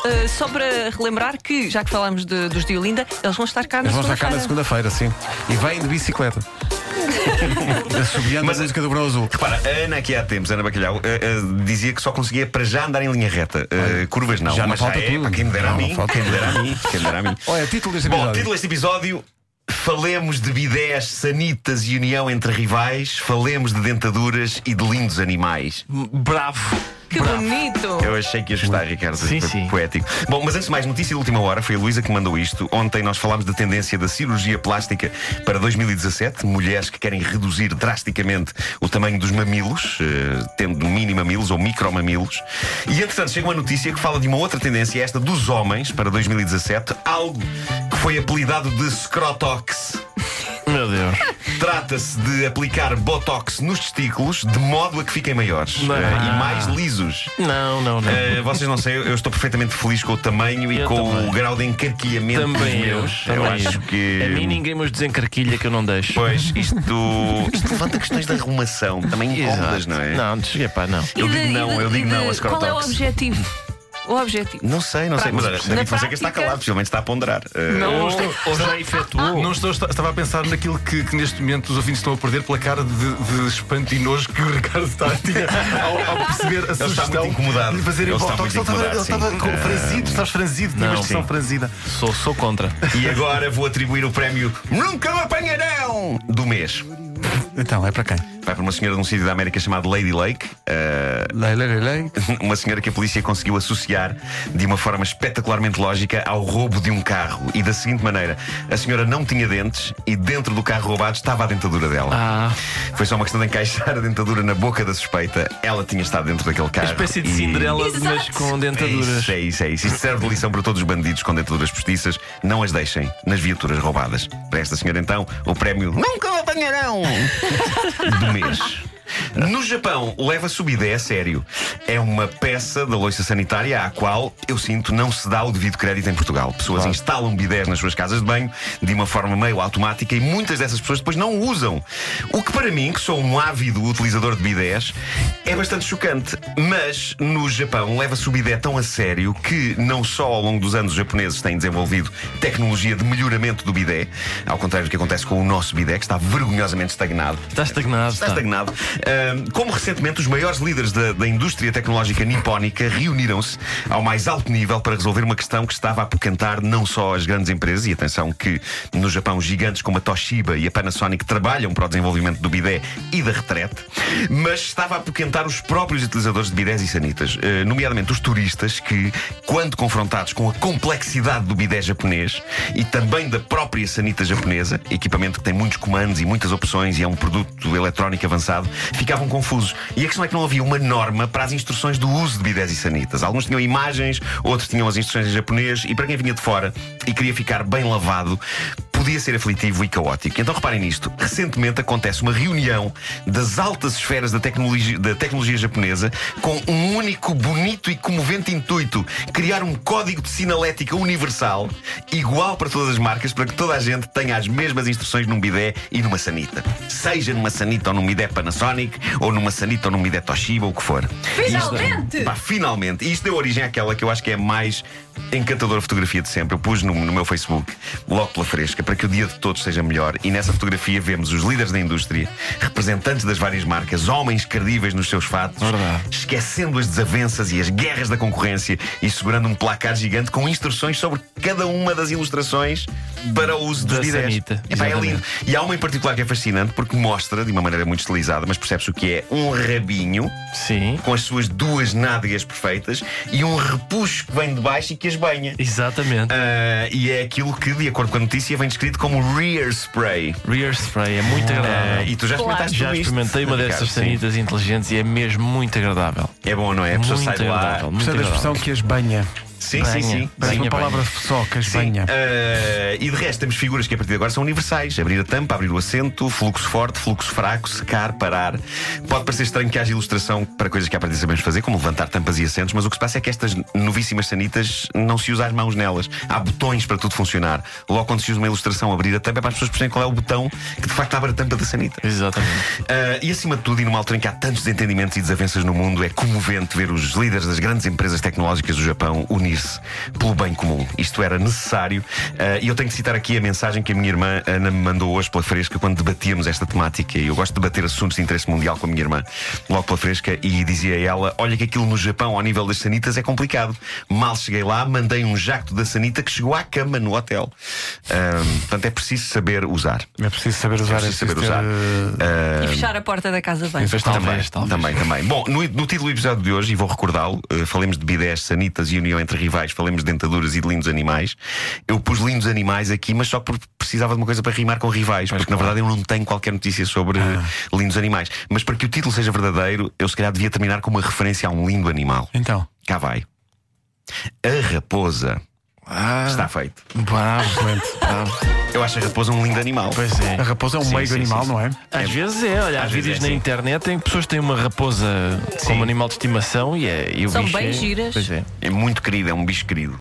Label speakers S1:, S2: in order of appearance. S1: Uh, só para relembrar que, já que falámos de- dos de Olinda, eles vão estar cá na
S2: Eles vão estar cá na
S1: segunda-feira.
S2: segunda-feira, sim. E vêm de bicicleta. Assobiando a
S3: Mas-
S2: música do Verão Azul.
S3: Repara, a Ana aqui há tempos, Ana Bacalhau, eh, eh, dizia que só conseguia para já andar em linha reta. Eh, curvas não,
S2: já não
S3: mas
S2: falta
S3: já é,
S2: tudo.
S3: pá, quem me dera a
S2: Não, não
S3: mim,
S2: falta
S3: quem me
S2: tudo.
S3: dera a mim, quem me dera a mim.
S2: Olha, título deste
S3: Bom,
S2: episódio.
S3: título deste episódio: Falemos de bidés, sanitas e união entre rivais, falemos de dentaduras e de lindos animais.
S4: Bravo.
S1: Que bonito!
S3: Eu achei que ias gostar, Ricardo.
S4: Sim,
S3: Foi
S4: sim.
S3: Poético. Bom, mas antes de mais, notícia de última hora, foi a Luísa que mandou isto. Ontem nós falámos da tendência da cirurgia plástica para 2017. Mulheres que querem reduzir drasticamente o tamanho dos mamilos, eh, tendo mini mamilos ou micromamilos. E entretanto, chega uma notícia que fala de uma outra tendência, esta dos homens para 2017, algo que foi apelidado de scrotox.
S4: Meu Deus.
S3: Trata-se de aplicar botox nos testículos de modo a que fiquem maiores
S4: Não.
S3: eh, e mais lisos.
S4: Não, não, não.
S3: Uh, vocês não sei, eu estou perfeitamente feliz com o tamanho e
S4: Eu
S3: com
S4: também.
S3: o grau de encarquilhamento
S4: também
S3: dos
S4: eu.
S3: meus. eu
S4: também
S3: acho
S4: eu. É
S3: que.
S4: A mim ninguém me os desencarquilha que eu não deixo.
S3: Pois, isto, isto levanta questões de arrumação, também incómodas,
S4: Exato.
S3: não é?
S4: Não, chega pá, não.
S3: Eu
S1: E
S3: digo não, eu digo não a
S1: Qual é o
S3: Scrotox.
S1: objetivo? O objetivo.
S3: Não sei, não sei, mas olha,
S1: Na
S3: David Fonseca está
S1: prática-
S3: calado, possivelmente está a ponderar. Uh,
S4: Ou, ou já efetuou.
S5: Não estou, esta- estava a pensar naquilo que, que neste momento os ouvintes estão a perder pela cara de, de espanto e nojo que o Ricardo está a tinha ao, ao perceber a
S3: está
S5: sugestão
S3: muito incomodado.
S5: de fazer
S3: Ele está
S5: botox.
S3: muito
S5: Ele estava,
S3: incomodado,
S5: ele estava
S3: sim.
S5: com- franzido, estás franzido, tinha uma
S4: Não,
S5: expressão
S4: sim.
S5: franzida.
S4: Sou, sou contra.
S3: E agora vou atribuir o prémio Nunca me apanharão do mês.
S2: Então, é para quem?
S3: Vai para uma senhora de um sítio da América chamado Lady Lake. uh,
S2: Lei, lei, lei, lei.
S3: uma senhora que a polícia conseguiu associar de uma forma espetacularmente lógica ao roubo de um carro. E da seguinte maneira: a senhora não tinha dentes e dentro do carro roubado estava a dentadura dela.
S4: Ah.
S3: Foi só uma questão de encaixar a dentadura na boca da suspeita. Ela tinha estado dentro daquele carro.
S4: Uma espécie de
S3: e-
S4: Cinderela,
S1: Exato.
S4: mas com
S3: É
S4: dentaduras.
S3: isso, é isso, é isso. Isto serve de lição para todos os bandidos com dentaduras postiças. Não as deixem nas viaturas roubadas. Para esta senhora, então, o prémio Nunca o apanharão do mês. No Japão, leva subida é a sério. É uma peça da loiça sanitária à qual, eu sinto, não se dá o devido crédito em Portugal. Pessoas instalam bidés nas suas casas de banho de uma forma meio automática e muitas dessas pessoas depois não o usam. O que para mim, que sou um ávido utilizador de bidés, é bastante chocante. Mas no Japão leva-se o bidé tão a sério que não só ao longo dos anos os japoneses têm desenvolvido tecnologia de melhoramento do bidé, ao contrário do que acontece com o nosso bidé, que está vergonhosamente estagnado.
S4: Está Tá estagnado.
S3: Está estagnado. Ahm, como recentemente os maiores líderes da, da indústria tecnológica nipónica reuniram-se ao mais alto nível para resolver uma questão que estava a apocantar não só as grandes empresas, e atenção que no Japão gigantes como a Toshiba e a Panasonic trabalham para o desenvolvimento do bidé e da retrete, mas estava a apocantar os próprios utilizadores de bidés e sanitas, eh, nomeadamente os turistas que, quando confrontados com a complexidade do bidé japonês e também da própria sanita japonesa, equipamento que tem muitos comandos e muitas opções e é um produto eletrónico avançado, ficavam confusos. E a questão é que não havia uma norma para as instruções do uso de bidés e sanitas. Alguns tinham imagens, outros tinham as instruções em japonês e para quem vinha de fora e queria ficar bem lavado, podia ser aflitivo e caótico. Então reparem nisto. Recentemente acontece uma reunião das altas esferas da tecnologia, da tecnologia japonesa com um único, bonito e comovente intuito: criar um código de sinalética universal, igual para todas as marcas, para que toda a gente tenha as mesmas instruções num bidé e numa sanita. Seja numa sanita ou num bidé Panasonic, ou numa sanita ou num bidé Toshiba, ou o que for.
S1: Finalmente!
S3: Pá, finalmente. E isto deu origem àquela que eu acho que é a mais encantadora fotografia de sempre. Eu pus no, no meu Facebook, logo pela fresca, para que o dia de todos seja melhor. E nessa fotografia vemos os líderes da indústria, representantes das várias marcas, homens credíveis nos seus fatos, esquecendo as desavenças e as guerras da concorrência e segurando um placar gigante com instruções sobre cada uma das ilustrações para o uso dos
S4: Da
S3: bidés.
S4: sanita,
S3: Epá, é
S4: exatamente.
S3: lindo. E há uma em particular que é fascinante porque mostra, de uma maneira muito estilizada, mas percebe-se o que é um rabinho
S4: Sim.
S3: com as suas duas nádegas perfeitas e um repuxo que vem de baixo e que as banha.
S4: Exatamente.
S3: Ah, e é aquilo que, de acordo com a notícia, vem descrito como rear spray.
S4: Rear spray é muito
S3: Ah,
S4: agradável.
S3: e tu já experimentaste
S4: Já
S3: tudo isto?
S4: experimentei uma
S3: Ricardo,
S4: dessas
S3: sim.
S4: sanitas inteligentes e é mesmo muito agradável.
S3: É bom, não é? A pessoa
S4: Muito
S3: sai de lá.
S4: agradável. Muito
S2: Gostei da
S4: agradável.
S2: expressão que as banha.
S3: Sim, sim,
S4: Banha.
S3: sim.
S2: Parece uma
S4: Banha,
S2: palavra só, que as
S3: Sim,
S2: banha.
S5: É.
S3: eh, e de resto temos figuras que a partir de agora são universais. Abrir a tampa, abrir o assento, fluxo forte, fluxo fraco, secar, parar. Pode parecer estranho que haja ilustração para coisas que a partir sabemos fazer, como levantar tampas e assentos, mas o que se passa é que estas novíssimas sanitas não se usa as mãos nelas. Há botões para tudo funcionar. Logo quando se usa uma ilustração, abrir a tampa é para as pessoas perceberem qual é o botão que de facto abre a tampa da sanita.
S4: Exatamente.
S3: Ah, e acima de tudo, e numa altura em que há tantos desentendimentos e desavenças no mundo, é comovente ver os líderes das grandes empresas tecnológicas do Japão unir unir-se pelo bem comum. Isto era necessário. eh, E eu tenho que citar aqui a mensagem que a minha irmã Ana me mandou hoje pela fresca quando debatíamos esta temática. E eu gosto de debater assuntos de interesse mundial com a minha irmã, logo pela fresca, e dizia ela: Olha que aquilo no Japão, ao nível das sanitas, é complicado. Mal cheguei lá, mandei um jacto da sanita que chegou à cama no hotel. Ahm, portanto, é preciso saber usar.
S2: É preciso saber usar.
S3: É preciso saber
S2: ter,
S3: usar.
S2: eh,
S1: E fechar a porta da casa
S3: é
S1: bem.
S4: Mas talvez,
S3: também,
S4: talvez.
S3: também, também. Bom, no, no título do episódio de hoje, e vou recordá-lo, eh, falemos de bidés, sanitas e união entre rivais, falemos de dentaduras e de lindos animais. Eu pus lindos animais aqui, mas só porque precisava de uma coisa para rimar com rivais, porque na verdade eu não tenho qualquer notícia sobre
S4: Ah.
S3: eh, lindos animais. Mas para que o título seja verdadeiro, eu se calhar devia terminar com uma referência a um lindo animal.
S2: Então,
S3: Cá vai. A raposa.
S4: Ah,
S3: Está feito.
S4: bravo,
S2: doente.
S4: bravo.
S3: Eu acho a raposa um lindo animal.
S4: Pois é.
S2: A raposa é um
S4: Sim,
S2: meio
S4: sim,
S2: animal,
S4: sim, sim.
S2: não é?
S4: Às vezes é, olha, há
S3: Às
S4: vídeos
S3: vezes é,
S4: na
S3: sim.
S4: internet em que pessoas têm uma raposa como animal de estimação e, é, e o
S1: São
S4: bicho
S1: bem
S4: é-
S1: giras.
S4: Pois é.
S3: É muito querido, é um bicho querido.